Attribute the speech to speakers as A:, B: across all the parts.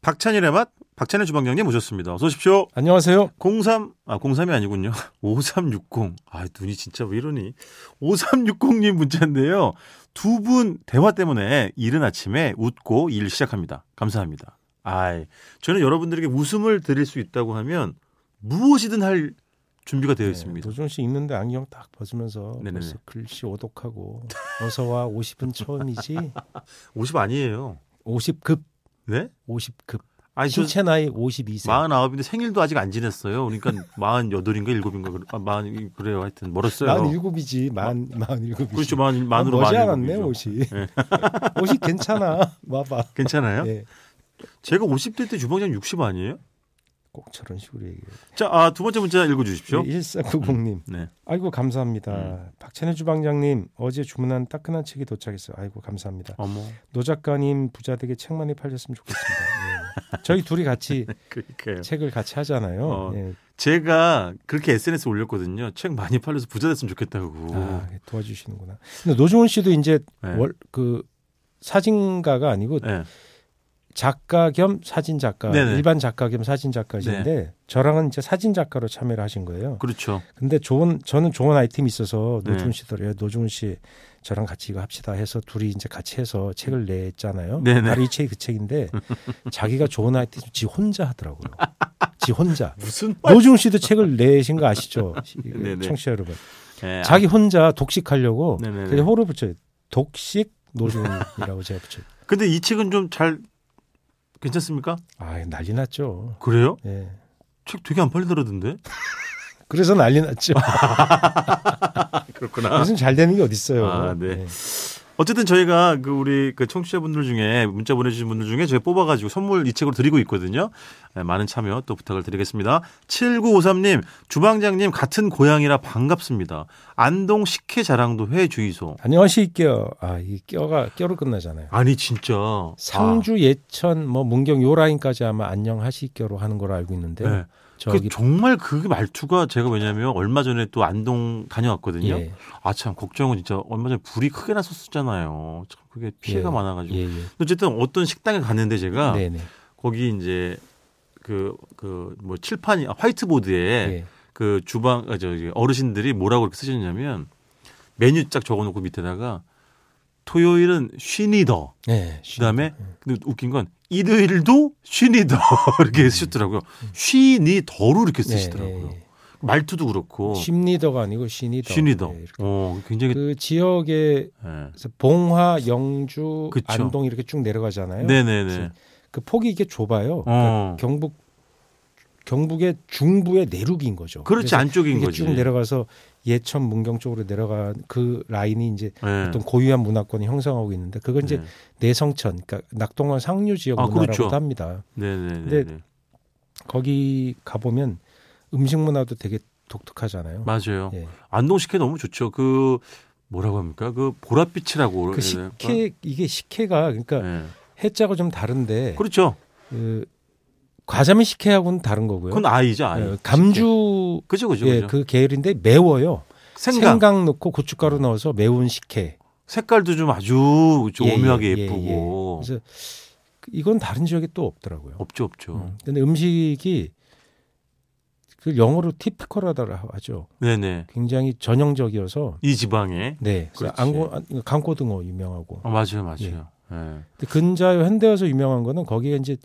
A: 박찬일의 맛 박찬일 주방장님 모셨습니다. 어서 오십시오.
B: 안녕하세요.
A: 03, 아, 03이 아니군요. 5360. 아, 눈이 진짜 왜 이러니. 5360님 문자인데요. 두 분 대화 때문에 이른 아침에 웃고 일 시작합니다. 감사합니다. 아이, 저는 여러분들에게 웃음을 드릴 수 있다고 하면 무엇이든 할 준비가
B: 네.
A: 되어 네, 있습니다.
B: 노준 씨 읽는데 안경 딱 벗으면서
A: 네네네.
B: 벌써 글씨 오독하고 어서와 50은 처음이지
A: 50 아니에요.
B: 50급
A: 네?
B: 50급
A: 아니, 저
B: 신체 나이 52세
A: 49인데 생일도 아직 안 지냈어요. 그러니까 48인가 7인가, 아, 40, 그래요. 하여튼, 멀었어요.
B: 47이지 만 47이지
A: 그렇죠. 만, 만으로
B: 멋지
A: 만
B: 아, 않았네 50 50 괜찮아 와봐
A: 괜찮아요?
B: 예.
A: 제가 50대 때 주방장 60 아니에요?
B: 꼭 저런 식으로 얘기해요
A: 자, 아, 두 번째 문자
B: 예,
A: 읽어주십시오. 음.
B: 1490님
A: 네.
B: 아이고 감사합니다 박찬혜 주방장님 어제 주문한 따끈한 책이 도착했어요 아이고 감사합니다
A: 어머.
B: 노 작가님 부자되게 책 많이 팔렸으면 좋겠습니다. 예. 저희 둘이 같이
A: 그러니까요.
B: 책을 같이 하잖아요.
A: 네. 어.
B: 예.
A: 제가 그렇게 SNS 에 올렸거든요. 책 많이 팔려서 부자 됐으면 좋겠다고.
B: 아, 도와주시는구나. 근데 노종훈 씨도 이제
A: 네.
B: 월, 그 사진가가 아니고
A: 네.
B: 작가 겸 사진 작가,
A: 네네. 네.
B: 일반 작가 겸 사진 작가신데 저랑은 이제 사진 작가로 참여를 하신 거예요.
A: 그렇죠.
B: 근데 좋은 저는 좋은 아이템이 있어서
A: 네.
B: 노종훈 씨도 야, 노종훈 씨 저랑 같이 이거 합시다 해서 둘이 이제 같이 해서 책을 냈잖아요.
A: 네네.
B: 바로 이 책이 그 책인데 자기가 좋은 아이템 지 혼자 하더라고요. 지 혼자.
A: 무슨
B: 노중 씨도 책을 내신 거 아시죠?
A: 네네.
B: 청취자 여러분.
A: 네,
B: 자기 혼자 독식하려고
A: 네네네.
B: 그래서 호를 붙여요. 독식 노중이라고 제가 붙여요.
A: 아, 근데 이 책은 좀 잘 괜찮습니까?
B: 아 난리 났죠.
A: 그래요?
B: 예.
A: 책 되게 안 팔리더라던데.
B: 그래서 난리 났죠. 아,
A: 그렇구나.
B: 요즘 잘 되는 게 어딨어요.
A: 아, 네.
B: 예.
A: 어쨌든 저희가 그 우리 그 청취자분들 중에 문자 보내주신 분들 중에 저희 뽑아가지고 선물 이 책으로 드리고 있거든요. 네, 많은 참여 또 부탁을 드리겠습니다. 7953님, 주방장님 같은 고향이라 반갑습니다. 안동 식혜 자랑도 회 주의소.
B: 안녕하시게요. 아, 이 껴가 껴로 끝나잖아요.
A: 아니 진짜
B: 상주
A: 아.
B: 예천 뭐 문경 요 라인까지 아마 안녕하시게요로 하는 걸로 알고 있는데
A: 아, 네. 그
B: 저기
A: 정말 그 말투가 제가 왜냐하면 얼마 전에 또 안동 다녀왔거든요.
B: 예.
A: 아 참 걱정은 진짜 얼마 전에 불이 크게 났었잖아요. 참 그게 피해가
B: 예.
A: 많아가지고.
B: 예, 예.
A: 어쨌든 어떤 식당에 갔는데 제가
B: 네, 네.
A: 거기 이제 그 그 뭐 칠판이 아, 화이트보드에
B: 예.
A: 그 주방 아, 저기 어르신들이 뭐라고 이렇게 쓰셨냐면 메뉴 쫙 적어놓고 밑에다가 토요일은 쉬니더
B: 네.
A: 그다음에 근데 웃긴 건 일요일도 쉬니더 이렇게 쓰셨더라고요. 쉬니더로 이렇게 쓰시더라고요.
B: 음.
A: 어.
B: 네, 네.
A: 말투도 그렇고
B: 심리더가 아니고 신이더.
A: 쉬니더.
B: 예, 이렇게.
A: 어 굉장히
B: 그 지역에
A: 예.
B: 그래서 봉화, 영주,
A: 그쵸.
B: 안동 이렇게 쭉 내려가잖아요.
A: 네네네.
B: 그 폭이 이게 좁아요. 그러니까
A: 어
B: 경북 경북의 중부의 내륙인 거죠.
A: 그렇지
B: 그래서
A: 안쪽인
B: 이게
A: 거지.
B: 쭉 내려가서 예천 문경 쪽으로 내려간 그 라인이 이제
A: 예.
B: 어떤 고유한 문화권이 형성하고 있는데 그걸 이제
A: 네.
B: 내성천, 그러니까 낙동강 상류 지역
A: 아,
B: 문화라고도
A: 그렇죠.
B: 합니다.
A: 네네네. 네
B: 거기 가 보면 음식 문화도 되게 독특하잖아요.
A: 맞아요.
B: 예.
A: 안동 식혜 너무 좋죠. 그 뭐라고 합니까? 그 보랏빛이라고
B: 그
A: 해야 될까?
B: 식혜 이게 식혜가 그러니까
A: 예.
B: 해자고 좀 다른데
A: 그렇죠.
B: 그 과자미 식혜하고는 다른 거고요.
A: 그건 아이죠, 아이.
B: 예, 감주
A: 그죠, 그죠,
B: 예,
A: 그죠.
B: 그 계열인데 매워요.
A: 생강.
B: 넣고 고춧가루 넣어서 매운 식혜.
A: 색깔도 좀 아주 좀
B: 예,
A: 오묘하게
B: 예, 예,
A: 예쁘고.
B: 그래서 이건 다른 지역에 또 없더라고요.
A: 어. 없죠, 없죠.
B: 음, 근데 음식이 그 영어로 티피컬하다고 하죠.
A: 네네.
B: 굉장히 전형적이어서
A: 이 지방에.
B: 네, 그래서
A: 그렇지.
B: 안고, 안- 강고등어 유명하고.
A: 아, 맞아요, 맞아요. 예.
B: 근데 근자요 현대어서 유명한 거는 거기에 이제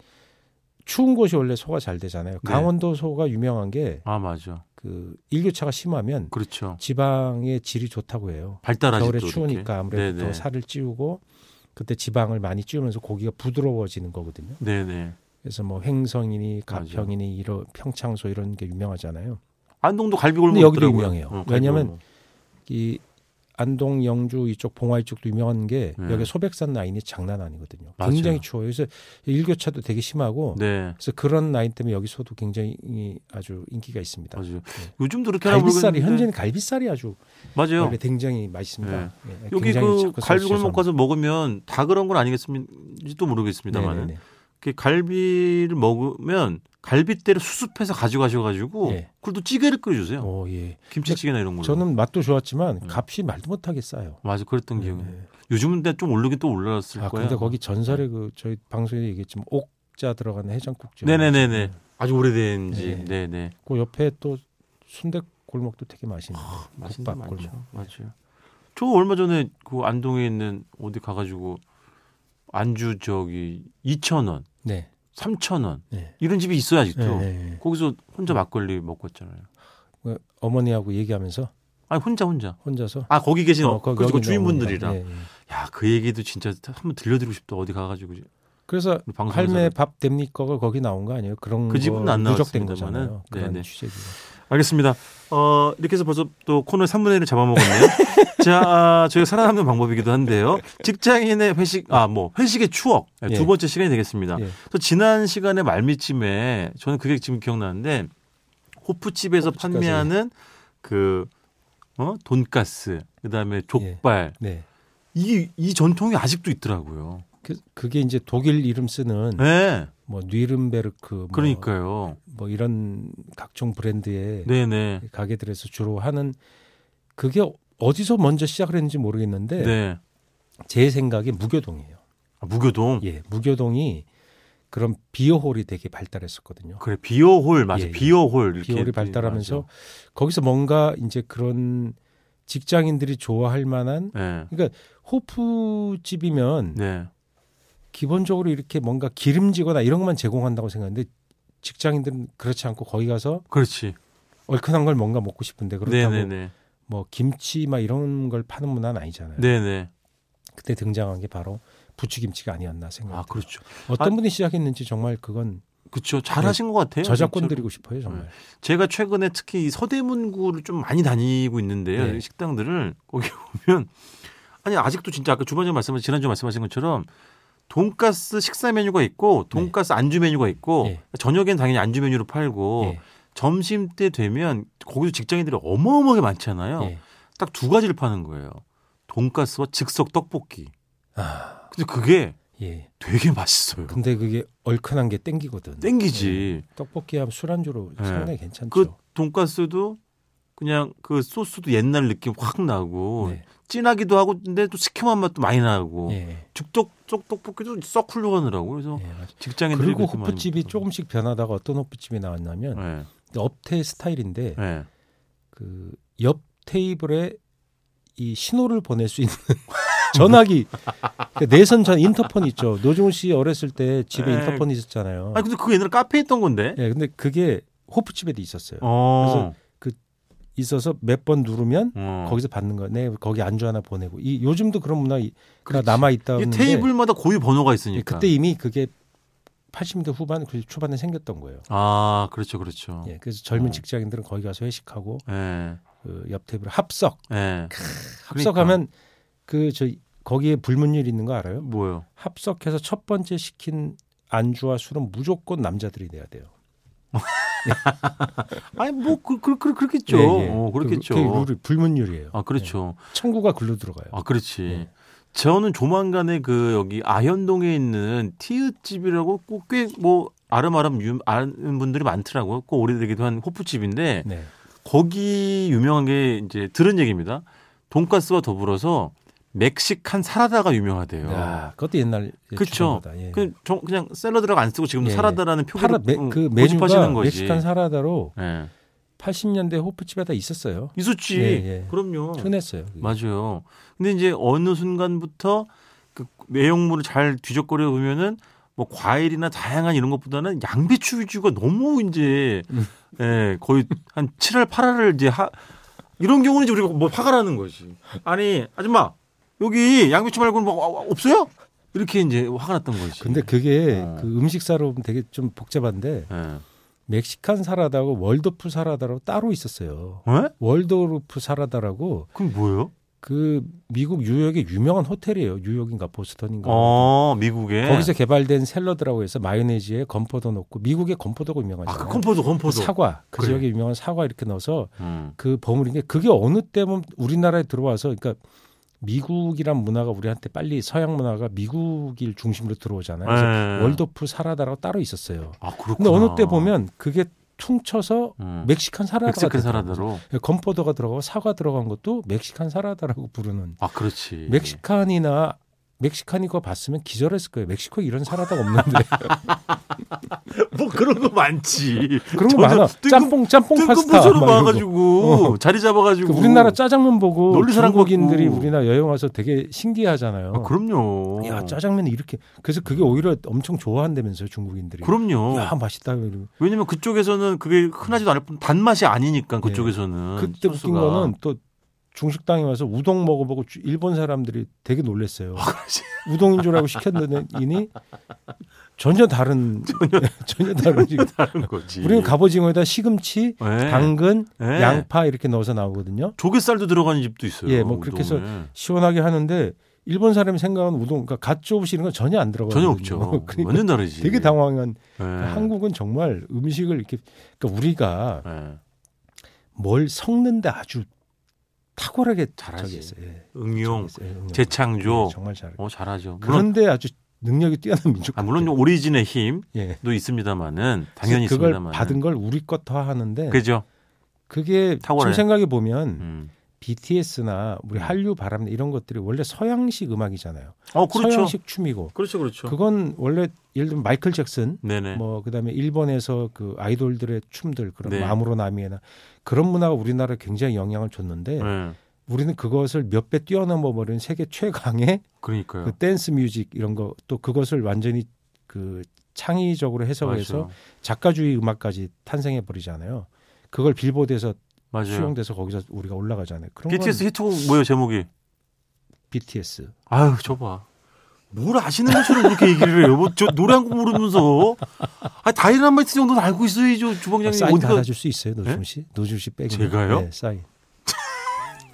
B: 추운 곳이 원래 소가 잘 되잖아요.
A: 네.
B: 강원도 소가 유명한
A: 아, 맞아.
B: 게 그 일교차가 심하면
A: 그렇죠.
B: 지방의 질이 좋다고 해요.
A: 발달하지
B: 겨울에
A: 또 아, 이렇게.
B: 추우니까 아무래도
A: 네네.
B: 더 살을 찌우고 그때 지방을 많이 찌우면서 고기가 부드러워지는 거거든요.
A: 네네.
B: 그래서 뭐 횡성이니
A: 맞아요.
B: 가평이니 이런 평창소 이런 게 유명하잖아요.
A: 안동도 갈비골목
B: 근데 여기도
A: 있더라고요. 어,
B: 유명해요.
A: 갈비골목.
B: 왜냐면 이 안동, 영주 이쪽 봉화 이쪽도 유명한 게
A: 네.
B: 여기 소백산 라인이 장난 아니거든요.
A: 맞아요.
B: 굉장히 추워요. 그래서 일교차도 되게 심하고
A: 네.
B: 그래서 그런 라인 때문에 여기 소도 굉장히 아주 인기가 있습니다.
A: 맞아요. 요즘도 이렇게 하나
B: 예. 갈비살이
A: 모르겠는데.
B: 현재는 갈비살이 아주
A: 맞아요.
B: 원래 굉장히 맛있습니다. 예,
A: 여기
B: 굉장히
A: 그
B: 자꾸
A: 갈비골목
B: 썰씹어서
A: 가서 먹으면 다 그런 건 아니겠습니까?도 모르겠습니다만은
B: 네네네.
A: 그 갈비를 먹으면 갈비대를 수습해서 가져가셔가지고
B: 예.
A: 그걸 또 찌개를 끓여주세요.
B: 어, 예.
A: 김치찌개나 이런 걸로.
B: 저는 맛도 좋았지만
A: 음.
B: 값이 말도 못하게 싸요.
A: 맞아 그랬던 기억이.
B: 네.
A: 요즘은 네. 근데 좀 오르긴 또 올랐을
B: 아
A: 거야.
B: 근데 거기 전설의 그 저희 방송에 얘기했지만 옥 자 들어가는 해장국집.
A: 네네네네. 아주 오래된지.
B: 네.
A: 네. 네
B: 그 옆에 또 순대 골목도 되게 맛있는.
A: 아, 맛있는 데
B: 국밥
A: 많죠.
B: 골목.
A: 맞아요. 저 얼마 전에 그 안동에 있는 어디 가가지고 안주 저기 2천 원,
B: 네.
A: 3천 원
B: 네.
A: 이런 집이 있어요 아직도.
B: 네, 네, 네.
A: 거기서 혼자 막걸리 먹고 왔잖아요.
B: 그 어머니하고 얘기하면서
A: 아니 혼자 혼자.
B: 혼자서.
A: 아 거기 계신
B: 어,
A: 어,
B: 거기
A: 그
B: 여기 있는
A: 주인분들이랑.
B: 어머니가. 예, 예.
A: 야 그 얘기도 진짜 한번 들려드리고 싶다. 어디 가가지고 이제
B: 그래서
A: 우리 방송에서.
B: 할매 밥 됩니까가 거기 나온 거 아니에요? 그런
A: 그 집은
B: 거
A: 안
B: 누적된
A: 나왔습니다만은.
B: 거잖아요. 그런
A: 네네.
B: 취재기.
A: 알겠습니다. 어, 이렇게 해서 벌써 또 코너 3분의 1을 잡아먹었네요. 자, 아, 저희가 살아남는 방법이기도 한데요. 직장인의 회식, 아, 뭐, 회식의 추억. 네,
B: 예.
A: 두 번째 시간이 되겠습니다.
B: 예.
A: 또 지난 시간에 말미쯤에 저는 그게 지금 기억나는데 호프집에서
B: 호프집까지.
A: 판매하는 그, 어, 돈가스, 그 다음에 족발.
B: 네.
A: 이, 이 전통이 아직도 있더라고요.
B: 그, 그게 이제 독일 이름 쓰는
A: 네.
B: 뭐 뉘른베르크 뭐,
A: 그러니까요.
B: 뭐 이런 각종 브랜드의
A: 네네.
B: 가게들에서 주로 하는 그게 어디서 먼저 시작을 했는지 모르겠는데
A: 네.
B: 제 생각에 무교동이에요.
A: 아, 무교동.
B: 예, 무교동이 그런 비어홀이 되게 발달했었거든요.
A: 그래, 비오홀, 맞아.
B: 예, 예.
A: 비오홀. 이렇게
B: 비어홀이 발달하면서
A: 맞아.
B: 거기서 뭔가 이제 그런 직장인들이 좋아할 만한
A: 네.
B: 그러니까 호프집이면
A: 네.
B: 기본적으로 이렇게 뭔가 기름지거나 이런 것만 제공한다고 생각하는데 직장인들은 그렇지 않고 거기 가서
A: 그렇지.
B: 얼큰한 걸 뭔가 먹고 싶은데 그렇다고
A: 네네네.
B: 뭐 김치 막 이런 걸 파는 문화는 아니잖아요.
A: 네네.
B: 그때 등장한 게 바로 부추김치가 아니었나 생각.
A: 아
B: 요
A: 그렇죠.
B: 어떤 분이 시작했는지 정말 그건
A: 그렇죠. 잘하신 것 같아요.
B: 예. 저작권
A: 진짜로.
B: 드리고 싶어요 정말.
A: 제가 최근에 특히 이 서대문구를 좀 많이 다니고 있는데요.
B: 네.
A: 이 식당들을 거기 보면 아니 아직도 진짜 아까 주번에 말씀하신 지난주 에 말씀하신 것처럼 돈가스 식사 메뉴가 있고 돈가스 안주 메뉴가 있고
B: 네.
A: 저녁엔 당연히 안주 메뉴로 팔고
B: 예,
A: 점심 때 되면 거기도 직장인들이 어마어마하게 많잖아요.
B: 예.
A: 딱 두 가지를 파는 거예요. 돈가스와 즉석 떡볶이.
B: 아,
A: 근데 그게
B: 예.
A: 되게 맛있어요.
B: 근데 그게 얼큰한 게 땡기거든.
A: 땡기지.
B: 예. 떡볶이하고 술안주로
A: 예.
B: 상당히 괜찮죠.
A: 그 돈가스도 그냥 그 소스도 옛날 느낌 확 나고
B: 네.
A: 진하기도 하고 근데 또 시큼한 맛도 많이 나고
B: 예, 예,
A: 죽떡 쪽 떡볶이도 썩 훌륭하더라고 그래서
B: 맞아요.
A: 직장인들이
B: 네. 그리고
A: 그렇게 많이
B: 호프집이
A: 먹더라고요.
B: 조금씩 변하다가 어떤 호프집이
A: 네.
B: 나왔냐면 업태 스타일인데
A: 네.
B: 그 옆 테이블에 이 신호를 보낼 수 있는 전화기 그러니까 내선 전 인터폰 있죠. 노종훈 씨 어렸을 때 집에
A: 네.
B: 인터폰 있었잖아요.
A: 아 근데 그거 옛날에 카페에 있던 건데
B: 예, 근데 그게 호프집에도 있었어요.
A: 어.
B: 있어서 몇 번 누르면
A: 어.
B: 거기서 받는 거. 네, 거기 안주 하나 보내고. 이 요즘도 그런 문화 가
A: 그렇지.
B: 남아 있다
A: 이게
B: 는데 예, 네,
A: 테이블마다 고유 번호가 있으니까
B: 그때 이미 그게 80년대 후반, 90 초반에 생겼던 거예요.
A: 아 그렇죠 그렇죠
B: 예, 그래서 젊은
A: 어.
B: 직장인들은 거기 가서 회식하고
A: 예.
B: 그 옆 테이블 합석.
A: 예.
B: 합석하면 그 저 거기에 불문율 있는 거 알아요?
A: 뭐요
B: 합석해서 첫 번째 시킨 안주와 술은 무조건 남자들이 내야 돼요.
A: 아니 뭐 그, 그, 그, 그렇겠죠
B: 예, 예.
A: 어, 그렇겠죠
B: 그게 룰이 예. 불문율이에요.
A: 아 그렇죠
B: 청구가 글로 들어가요.
A: 아, 그렇지.
B: 예.
A: 저는 조만간에 그 여기 아현동에 있는 티읕집이라고 꽤뭐 아름아름 유, 아는 분들이 많더라고요. 꽤 오래되기도 한 호프집인데
B: 네.
A: 거기 유명한 게 이제 들은 얘기입니다. 돈가스와 더불어서 멕시칸 사라다가 유명하대요.
B: 아, 그것도 옛날
A: 그쵸.
B: 거다. 예.
A: 그 정- 그냥 샐러드라고 안 쓰고 지금도
B: 예, 예.
A: 사라다라는 표기를
B: 파라 메,
A: 음,
B: 그
A: 고집하시는
B: 메뉴가
A: 거지.
B: 멕시칸 사라다로
A: 예.
B: 80년대 호프집에 다 있었어요.
A: 있었지.
B: 예, 예.
A: 그럼요.
B: 흔했어요. 그게.
A: 맞아요. 근데 이제 어느 순간부터 그 내용물을 잘 뒤적거려 보면은 뭐 과일이나 다양한 이런 것보다는 양배추 위주가 너무 이제
B: 음.
A: 예, 거의 한 7월 8월을 이제 하 이런 경우는 이제 우리가 뭐 화가 나는 거지. 아니, 아줌마. 여기 양배추 말고는 뭐 어, 없어요? 이렇게 이제 화가 났던 거지.
B: 근데 그게
A: 어.
B: 그 음식사로 보면 되게 좀 복잡한데
A: 예.
B: 멕시칸 사라다하고 월도프 사라다로 따로 있었어요.
A: 어?
B: 월도르프 사라다라고
A: 그럼 뭐예요?
B: 그 미국 뉴욕의 유명한 호텔이에요. 뉴욕인가 보스턴인가.
A: 어, 미국에
B: 그러니까 뭐 거기서 개발된 샐러드라고 해서 마요네즈에 건포도 넣고 미국의 건포도가
A: 아, 그
B: 유명하잖아요.
A: 건포도
B: 그
A: 건포도.
B: 사과 그
A: 그래.
B: 지역에 유명한 사과 이렇게 넣어서
A: 음.
B: 그 버무린 게 그게 어느 때 보면 우리나라에 들어와서 그러니까 미국이란 문화가 우리한테 빨리 서양 문화가 미국일 중심으로 들어오잖아요. 그래서
A: 예.
B: 월도프 사라다라고 따로 있었어요.
A: 아, 그렇구나.
B: 근데 어느 때 보면 그게 퉁쳐서
A: 음.
B: 멕시칸 사라다가
A: 멕시칸
B: 됐더라고요. 예,
A: 사라다로.
B: 건포도가 들어가고 사과 들어간 것도 멕시칸 사라다라고 부르는
A: 아, 그렇지.
B: 멕시칸이나 멕시카니가 봤으면 기절했을 거예요. 멕시코에 이런 사라다가
A: 아,
B: 없는데
A: 뭐 그런 거 많지.
B: 그런 거
A: 저는
B: 많아.
A: 뜬금-
B: 짬뽕 짬뽕
A: 뜬금
B: 파스타
A: 부서로
B: 막 이런 거.
A: 봐가지고 자리
B: 그
A: 잡아가지고.
B: 우리나라 짜장면 보고
A: 논리사랑
B: 중국인들이
A: 같고.
B: 우리나라 여행 와서 되게 신기해하잖아요.
A: 아, 그럼요.
B: 야 짜장면 이렇게 그래서 그게 오히려 엄청 좋아한다면서요 중국인들이.
A: 그럼요.
B: 야 맛있다 이러면.
A: 왜냐면 그쪽에서는 그게 흔하지도 않을 뿐 단맛이 아니니까
B: 네.
A: 그쪽에서는.
B: 그때 웃긴
A: 소스가.
B: 거는 또 중식당에 와서 우동 먹어보고 주- 일본 사람들이 되게 놀랐어요. 우동인 줄 알고 시켰는데 이니 전혀 다른 전혀, 다른 음식.
A: 다른 거지.
B: 우리는 갑오징어에다 시금치,
A: 네.
B: 당근,
A: 네.
B: 양파 이렇게 넣어서 나오거든요.
A: 조갯살도 들어가는 집도 있어요.
B: 예, 뭐 그렇게 해서
A: 우동에.
B: 시원하게 하는 일본 사람이 생각하는 우동, 그러니까 갓 쪼부시는 건 전혀 안 들어가요.
A: 전혀 없죠.
B: 그러니까
A: 완전 다르지.
B: 되게 당황한.
A: 예.
B: 한국은 정말 음식을 이렇게 그러니까 우리가
A: 예.
B: 뭘 섞는데 아주 탁월하게
A: 잘하지.
B: 저기 했어요. 예,
A: 응용,
B: 잘했어요. 응용.
A: 재창조.
B: 예, 정말 잘해.
A: 어 잘하죠. 물론
B: 그런데 아주 능력이 뛰어난 민족.
A: 아, 물론 오리진의 힘도
B: 예.
A: 있습니다만은 당연히
B: 그걸
A: 있습니다만.
B: 받은 걸 우리 것화 하는데
A: 그죠.
B: 그게
A: 탁월해.
B: 지금 생각해 보면
A: 음.
B: BTS나 우리
A: 음.
B: 한류 바람 이런 것들이 원래 서양식 음악이잖아요.
A: 어 그렇죠.
B: 서양식 춤이고
A: 그렇죠, 그렇죠.
B: 그건 원래 예를 들면 마이클 잭슨
A: 네네.
B: 뭐 그다음에 일본에서 그 아이돌들의 춤들 그런
A: 네.
B: 마무로 나미에나 그런 문화가 우리나라에 굉장히 영향을 줬는데
A: 예.
B: 우리는 그것을 몇 배 뛰어넘어 버린 세계 최강의
A: 네. 그러니까요.
B: 그 댄스 뮤직 이런 거 또 그것을 완전히 그 창의적으로 해석해서
A: 맞아요.
B: 작가주의 음악까지 탄생해 버리잖아요. 그걸 빌보드에서
A: 맞아요.
B: 수용돼서 거기서 우리가 올라가잖아요. 그런
A: BTS
B: 건
A: 히트곡 뭐예요 제목이?
B: BTS.
A: 아유 저봐. 뭘 아시는 것처럼 그렇게 얘기를 해요. 뭐저 노래 한 곡 모르면서. 아 다이너마이트 정도는 알고 있어야죠 주방장님.
B: 사인
A: 어디가-
B: 달아줄 그 네? 수 있어요, 노준 씨? 노준 씨 빼고.
A: 제가요?
B: 네, 사인.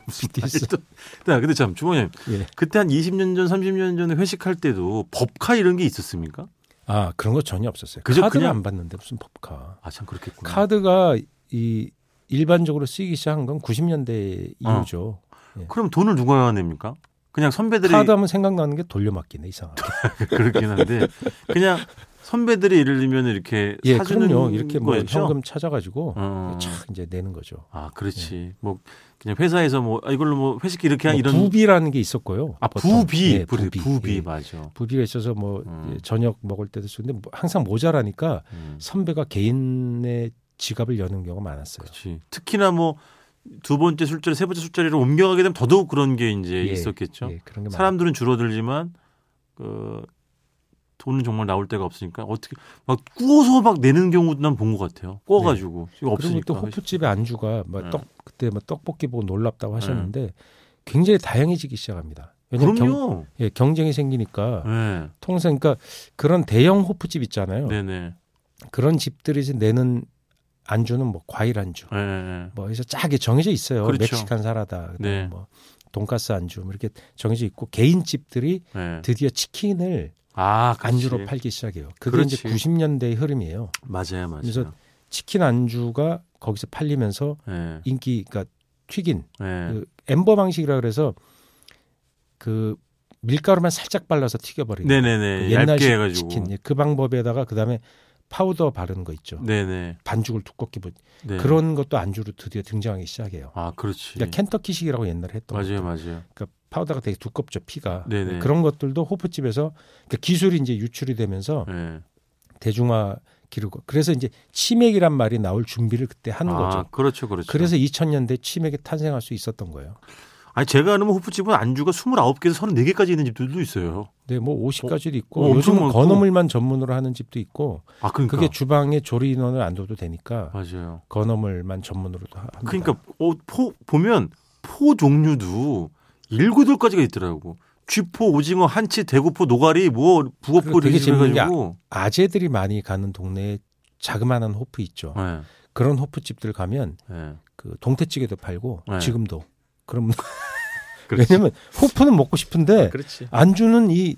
B: BTS.
A: 아직도- 야, 근데 참 주방장님
B: 예.
A: 그때 한 20년 전, 30년 전에 회식할 때도 법카 이런 게 있었습니까?
B: 아 그런 거 전혀 없었어요.
A: 그저
B: 카드는
A: 그냥-
B: 안 봤는데 무슨 법카.
A: 아 참
B: 음.
A: 그렇겠구나.
B: 카드가 이 일반적으로 쓰이기 시작한 건 90년대
A: 어.
B: 이후죠.
A: 그럼 돈을 누가 냅니까? 그냥 선배들이
B: 카드 하면 생각나는 게 돌려막기네 이상하게.
A: 그렇긴 한데 그냥 선배들이 예를 들면 이렇게
B: 예,
A: 사주는
B: 그럼요. 이렇게 뭐
A: 거였죠?
B: 현금 그렇죠. 찾아가지고
A: 어.
B: 착 이제 내는 거죠.
A: 아 그렇지 뭐 그냥 회사에서 뭐 아, 이걸로 뭐 회식 이렇게 한
B: 예. 뭐
A: 이런
B: 부비라는 게 있었고요.
A: 아
B: 보통.
A: 부비
B: 예,
A: 부비 부비
B: 예.
A: 맞아.
B: 부비가 있어서 뭐
A: 음.
B: 예, 저녁 먹을 때도 쓰는데 뭐 항상 모자라니까
A: 음,
B: 선배가 개인의 지갑을 여는 경우가 많았어요.
A: 그렇지. 특히나 뭐 두 번째 술자리 세 번째 술자리를 옮겨가게 되면 더더욱 그런 게 이제
B: 예,
A: 있었겠죠.
B: 예, 그런 게 많아요.
A: 그렇죠. 사람들은 줄어들지만 그 돈은 정말 나올 데가 없으니까 어떻게 막 구워서 막 내는 경우도 난 본 것 같아요. 구워가지고 이거
B: 네. 그리고
A: 없으니까
B: 또 호프집의
A: 네.
B: 안주가 막 떡, 그때 막 떡볶이 보고 놀랍다고 하셨는데 굉장히 다양해지기 시작합니다. 왜냐면 경,
A: 그럼요.
B: 예, 경쟁이 생기니까
A: 네.
B: 통상 그러니까 그런 대형 호프집 있잖아요.
A: 네네.
B: 그런 집들이 이제 내는 안주는 뭐 과일 안주,
A: 네, 네.
B: 뭐 해서 짜게 정해져 있어요.
A: 그렇죠.
B: 멕시칸 사라다,
A: 네.
B: 네. 뭐 돈가스 안주 뭐 이렇게 정해져 있고 개인 집들이
A: 네.
B: 드디어 치킨을
A: 아
B: 안주로
A: 그렇지.
B: 팔기 시작해요. 그게
A: 그렇지.
B: 이제 90년대의 흐름이에요.
A: 맞아요, 맞아요.
B: 그래서 치킨 안주가 거기서 팔리면서
A: 네.
B: 인기, 그러니까 튀긴
A: 네.
B: 그 엠버 방식이라 그래서 그 밀가루만 살짝 발라서 튀겨버리는
A: 네네네.
B: 그
A: 얇게
B: 옛날식
A: 해가지고.
B: 치킨 예, 그 방법에다가 그 다음에 파우더 바르는 거 있죠.
A: 네네.
B: 반죽을 두껍게 부...
A: 네.
B: 그런 것도 안주로 드디어 등장하기 시작해요.
A: 아 그렇지.
B: 그러니까 켄터키식이라고 옛날에 했던
A: 맞아요,
B: 것들.
A: 맞아요.
B: 그러니까 파우더가 되게 두껍죠 피가
A: 네네.
B: 그런 것들도 호프집에서 그러니까 기술이 이제 유출이 되면서
A: 네.
B: 대중화 기르고 그래서 이제 치맥이란 말이 나올 준비를 그때 하는
A: 아,
B: 거죠.
A: 그렇죠, 그렇죠.
B: 그래서 2000년대 치맥이 탄생할 수 있었던 거예요.
A: 아니 제가 아는 호프집은 안주가 29개에서 34개까지 있는 집들도 있어요.
B: 네, 뭐 50까지도 있고
A: 어, 엄청
B: 요즘은
A: 많고.
B: 건어물만 전문으로 하는 집도 있고
A: 아 그러니까.
B: 그게 주방에 조리 인원을 안 둬도 되니까
A: 맞아요.
B: 건어물만 전문으로도 합니다.
A: 그러니까 어, 포 보면 포 종류도 일구들까지가 있더라고. 쥐포, 오징어, 한치, 대구포, 노가리, 뭐 부어포
B: 그리고 되게
A: 이렇게
B: 재밌는 게
A: 해가지고.
B: 아재들이 많이 가는 동네에 자그마한 호프 있죠.
A: 네,
B: 그런 호프집들 가면
A: 네.
B: 그 동태찌개도 팔고
A: 네.
B: 지금도. 그럼
A: 그렇지.
B: 왜냐면 호프는 먹고 싶은데
A: 그렇지.
B: 안주는 이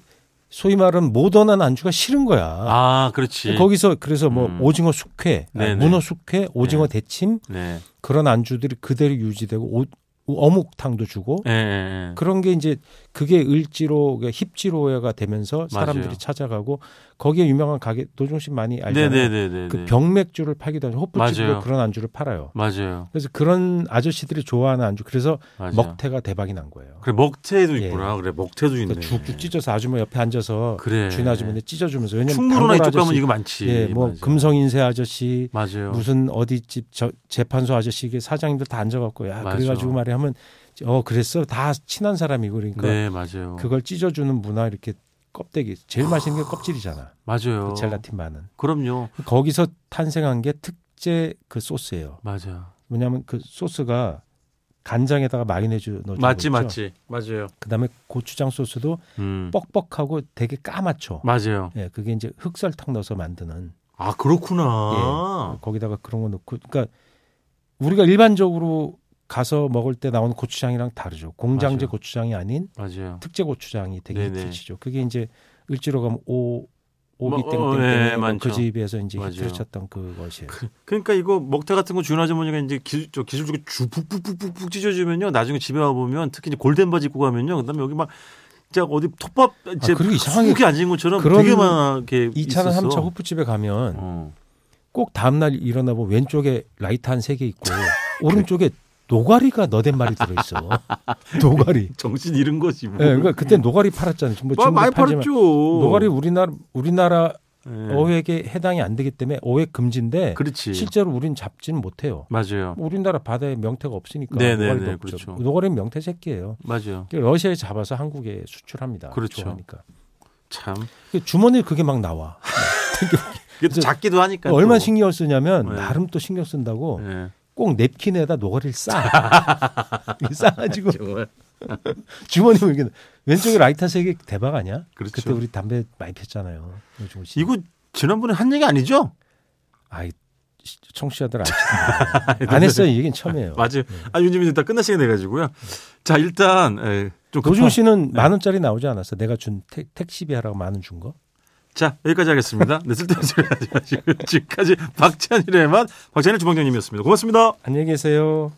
B: 소위 말하는 모던한 안주가 싫은 거야.
A: 아, 그렇지.
B: 거기서 그래서 뭐
A: 음.
B: 오징어 숙회, 아니,
A: 네네.
B: 문어 숙회, 오징어 데침
A: 네.
B: 그런 안주들이 그대로 유지되고 오- 어묵탕도 주고
A: 예, 예,
B: 그
A: 예.
B: 그런 게 이제 그게 을지로 그러니까 힙지로가 되면서 사람들이
A: 맞아요.
B: 찾아가고 거기에 유명한 가게 노종 씨 많이 알잖아요.
A: 네네네네.
B: 그 병맥주를 팔기도 하고
A: 맞아요.
B: 호프집으로 그런 안주를 팔아요.
A: 맞아요.
B: 그래서 그런 아저씨들이 좋아하는 안주. 그래서
A: 맞아요.
B: 먹태가 대박이 난 거예요.
A: 그래 먹태도
B: 예.
A: 있구나. 그래 먹태도 있네.
B: 그러니까 죽죽 찢어서 아주머 옆에 앉아서
A: 그래. 네. 예.
B: 주인 아주머니 찢어주면서 왜냐면
A: 충무로나
B: 단골
A: 이쪽 가면
B: 아저씨,
A: 이거 많지.
B: 예, 뭐
A: 맞아요.
B: 금성인세 아저씨
A: 맞아요.
B: 무슨 어디 집 저, 재판소 아저씨 이게 사장님들 다 앉아갖고 야
A: 맞아.
B: 그래가지고 말이 하면 어 그랬어 다 친한 사람이고 그러니까
A: 네 맞아요.
B: 그걸 찢어주는 문화 이렇게 껍데기 제일 맛있는 게 껍질이잖아
A: 맞아요.
B: 그 젤라틴 반은
A: 그럼요.
B: 거기서 탄생한 게 특제 그 소스예요
A: 맞아.
B: 왜냐하면 그 소스가 간장에다가 마요네즈 넣어주고
A: 맞지
B: 있죠?
A: 맞지. 맞아요.
B: 그다음에 고추장 소스도
A: 음.
B: 뻑뻑하고 되게 까맣죠
A: 맞아요.
B: 예 그게 이제 흑설탕 넣어서 만드는
A: 아 그렇구나.
B: 예. 거기다가 그런 거 넣고 그러니까 우리가 일반적으로 가서 먹을 때 나오는 고추장이랑 다르죠. 공장제
A: 맞아요.
B: 고추장이 아닌
A: 맞아요.
B: 특제 고추장이 되게
A: 네네.
B: 히트치죠. 그게 이제 을지로 가면 오 오비
A: 뭐, 어, 예,
B: 땡땡땡
A: 많죠.
B: 그 집에서 이제
A: 맞아요.
B: 히트를 쳤던 그것이에요.
A: 그러니까 이거 먹태 같은 거 주인 아주머니가 이제 기술 저 기술 주고 주 푹푹푹푹 찢어주면요. 나중에 집에 와 보면 특히 이제 골덴 바지 입고 가면요. 그다음에 여기 막 진짜 어디 톱밥 이제
B: 아, 그리고 이상하게
A: 게 앉은 것처럼
B: 그런
A: 되게 많게
B: 2차나
A: 있었어.
B: 3차 호프집에 가면
A: 어.
B: 꼭 다음날 일어나 보면 왼쪽에 라이트 한 세 개 있고 오른쪽에 노가리가 너댓 말이 들어있어. 노가리.
A: 정신 잃은 거지 뭐.
B: 예, 그러니까 그때 노가리 팔았잖아요.
A: 마-
B: 뭐 지금도
A: 많이
B: 팔지만
A: 팔았죠.
B: 노가리 우리나라 우리나라
A: 예.
B: 어획에 해당이 안 되기 때문에 어획 금지인데
A: 그렇지.
B: 실제로 우린 잡지는 못해요.
A: 맞아요.
B: 우리나라 바다에 명태가 없으니까
A: 네네네,
B: 노가리도 없죠.
A: 그렇죠.
B: 노가리는 명태 새끼예요.
A: 맞아요.
B: 그러니까 러시아에 잡아서 한국에 수출합니다.
A: 그렇죠.
B: 좋아하니까.
A: 참.
B: 그 주머니에 그게 막 나와.
A: 이게 또
B: 그래서
A: 작기도 하니까.
B: 얼마나
A: 그러니까 또.
B: 신경 쓰냐면
A: 네.
B: 나름 또 신경 쓴다고
A: 예.
B: 꼭 냅킨에다 노가리를 싸. 싸가지고
A: 정말.
B: 주머니 이렇게 왼쪽에 라이터 세개 대박 아니야?
A: 그렇죠.
B: 그때 우리 담배 많이 폈잖아요. 요즘 씨.
A: 이거 지난번에 한 얘기 아니죠?
B: 아이 시- 청취자들 아시죠? 안 했어요. 이 얘기는 처음이에요.
A: 맞아요. 아 요즘 이제 다 끝날 시간 돼 가지고요. 자 일단 예, 좀 급한-
B: 노중 씨는 만 원짜리 나오지 않았어. 내가 준 택, 택시비 하라고 만 원 준 거.
A: 자 여기까지 하겠습니다. 네, 쓸데없는 소리 하지 마시고 지금까지 박찬일의 맛 박찬일 주방장님이었습니다. 고맙습니다.
B: 안녕히 계세요.